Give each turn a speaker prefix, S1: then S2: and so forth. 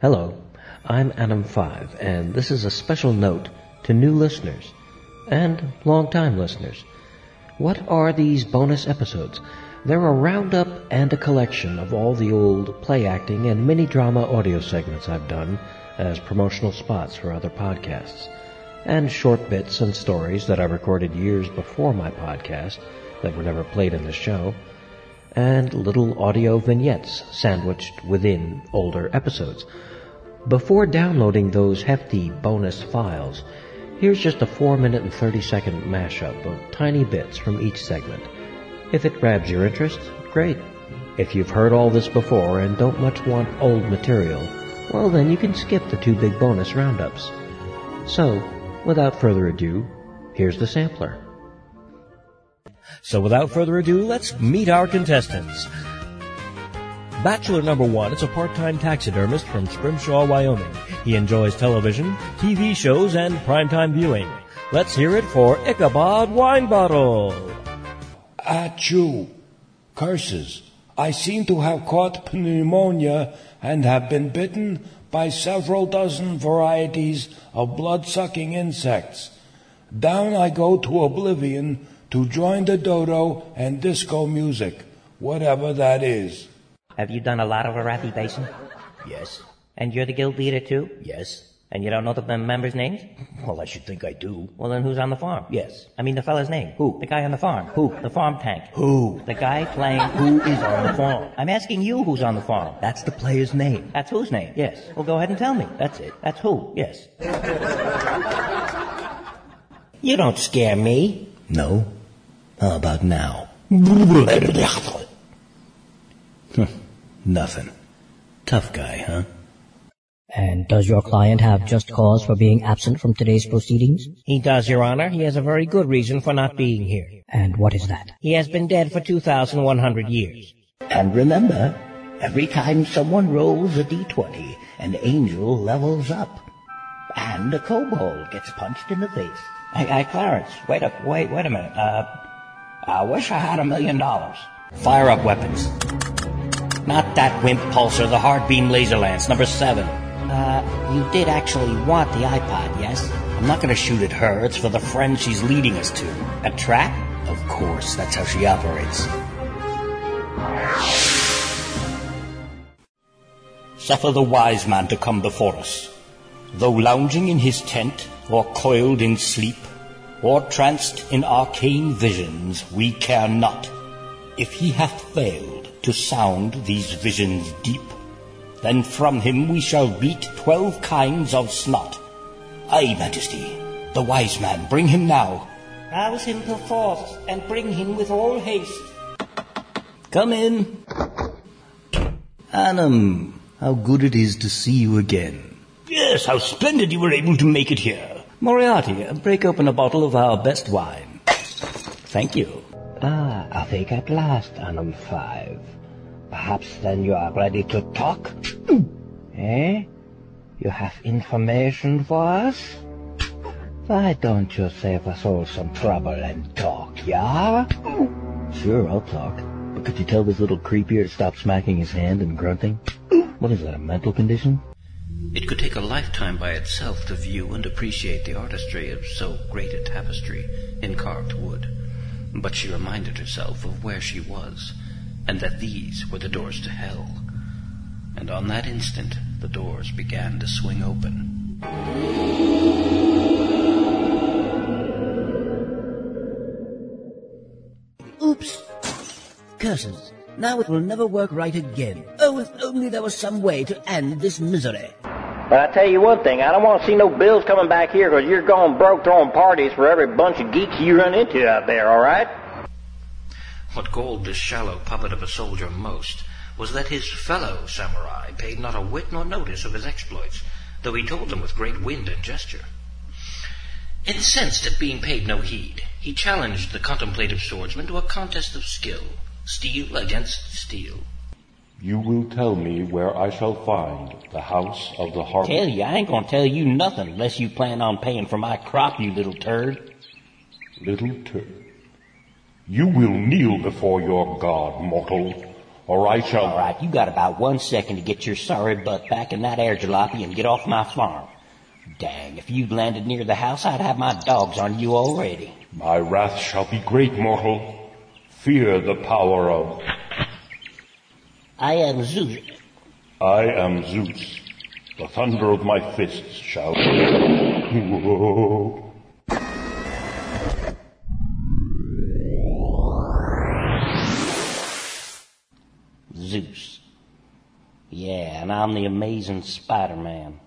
S1: Hello, I'm Adam5, and this is a special note to new listeners and long-time listeners. What are these bonus episodes? They're a roundup and a collection of all the old play acting and mini drama audio segments I've done as promotional spots for other podcasts, and short bits and stories that I recorded years before my podcast that were never played in the show and little audio vignettes sandwiched within older episodes. Before downloading those hefty bonus files, here's just a 4 minute and 30 second mashup of tiny bits from each segment. If it grabs your interest, great. If you've heard all this before and don't much want old material, well then you can skip the two big bonus roundups. So, without further ado, here's the sampler. So without further ado, let's meet our contestants. Bachelor number one is a part-time taxidermist from Scrimshaw, Wyoming. He enjoys television, TV shows, and primetime viewing. Let's hear it for Ichabod Wine Bottle.
S2: Achoo! Curses! I seem to have caught pneumonia and have been bitten by several dozen varieties of blood sucking insects. Down I go to oblivion to join the dodo and disco music, whatever that is.
S3: Have you done a lot of Arathi Basin?
S4: Yes,
S3: And you're the guild leader too?
S4: yes.
S3: And you don't know the mem- members' names?
S4: Well, I should think I do.
S3: Well, then who's on the farm?
S4: Yes.
S3: I mean the fella's name.
S4: Who?
S3: The guy on the farm.
S4: Who?
S3: The farm tank.
S4: Who?
S3: The guy playing. Who is on the farm? I'm asking you who's on the farm.
S4: That's the player's name.
S3: That's whose name?
S4: Yes.
S3: Well, go ahead and tell me. That's it. That's who? Yes.
S4: You don't scare me. No. How about now? Nothing. Tough guy, huh?
S5: And does your client have just cause for being absent from today's proceedings?
S6: He does, Your Honor. He has a very good reason for not being here.
S5: And what is that?
S6: He has been dead for 2,100 years.
S4: And remember, every time someone rolls a d20, an angel levels up. And a kobold gets punched in the face.
S3: Hey, hey, Clarence. Wait up. Wait. Wait a minute. Uh,
S4: I wish I had a million dollars.
S3: fire up weapons. Not that wimp pulsar. The hard beam laser lance. Number seven. Uh, you did actually want the iPod, yes?
S4: I'm not gonna shoot at her. It's for the friend she's leading us to.
S3: A trap?
S4: Of course, that's how she operates. Suffer the wise man to come before us. Though lounging in his tent, or coiled in sleep, or tranced in arcane visions, we care not. If he hath failed to sound these visions deep, then from him we shall beat twelve kinds of snot. Aye, Majesty, the wise man, bring him now.
S3: Rouse him perforce, and bring him with all haste.
S4: Come in. Annam, how good it is to see you again. Yes, how splendid you were able to make it here. Moriarty, uh, break open a bottle of our best wine. Thank you.
S7: Ah, I think at last, Annum Five. Perhaps then you are ready to talk? eh? You have information for us? Why don't you save us all some trouble and talk, yeah?
S4: Sure, I'll talk. But could you tell this little creepier to stop smacking his hand and grunting? What is that, a mental condition?
S8: It could take a lifetime by itself to view and appreciate the artistry of so great a tapestry in carved wood. But she reminded herself of where she was, and that these were the doors to hell. And on that instant, the doors began to swing open.
S4: Oops. Curses. Now it will never work right again. Oh, if only there was some way to end this misery.
S9: But I tell you one thing, I don't want to see no bills coming back here because you're going broke throwing parties for every bunch of geeks you run into out there, alright?
S8: What galled this shallow puppet of a soldier most was that his fellow samurai paid not a whit nor notice of his exploits, though he told them with great wind and gesture. Incensed at being paid no heed, he challenged the contemplative swordsman to a contest of skill, steel against steel.
S2: You will tell me where I shall find the house of the harp.
S3: Tell you, I ain't gonna tell you nothing unless you plan on paying for my crop, you little turd.
S2: Little turd, you will kneel before your god, mortal,
S10: All right, Sheldon.
S1: All right, you got about one second to get your sorry butt back in that air jalopy and get off my farm. Dang, if you'd landed near the house, I'd have my dogs on you already.
S10: My wrath shall be great, mortal. Fear the power of.
S1: I am Zeus.
S10: I am Zeus. The thunder of my fists shall. Whoa.
S1: Zeus. Yeah, and I'm the amazing Spider Man.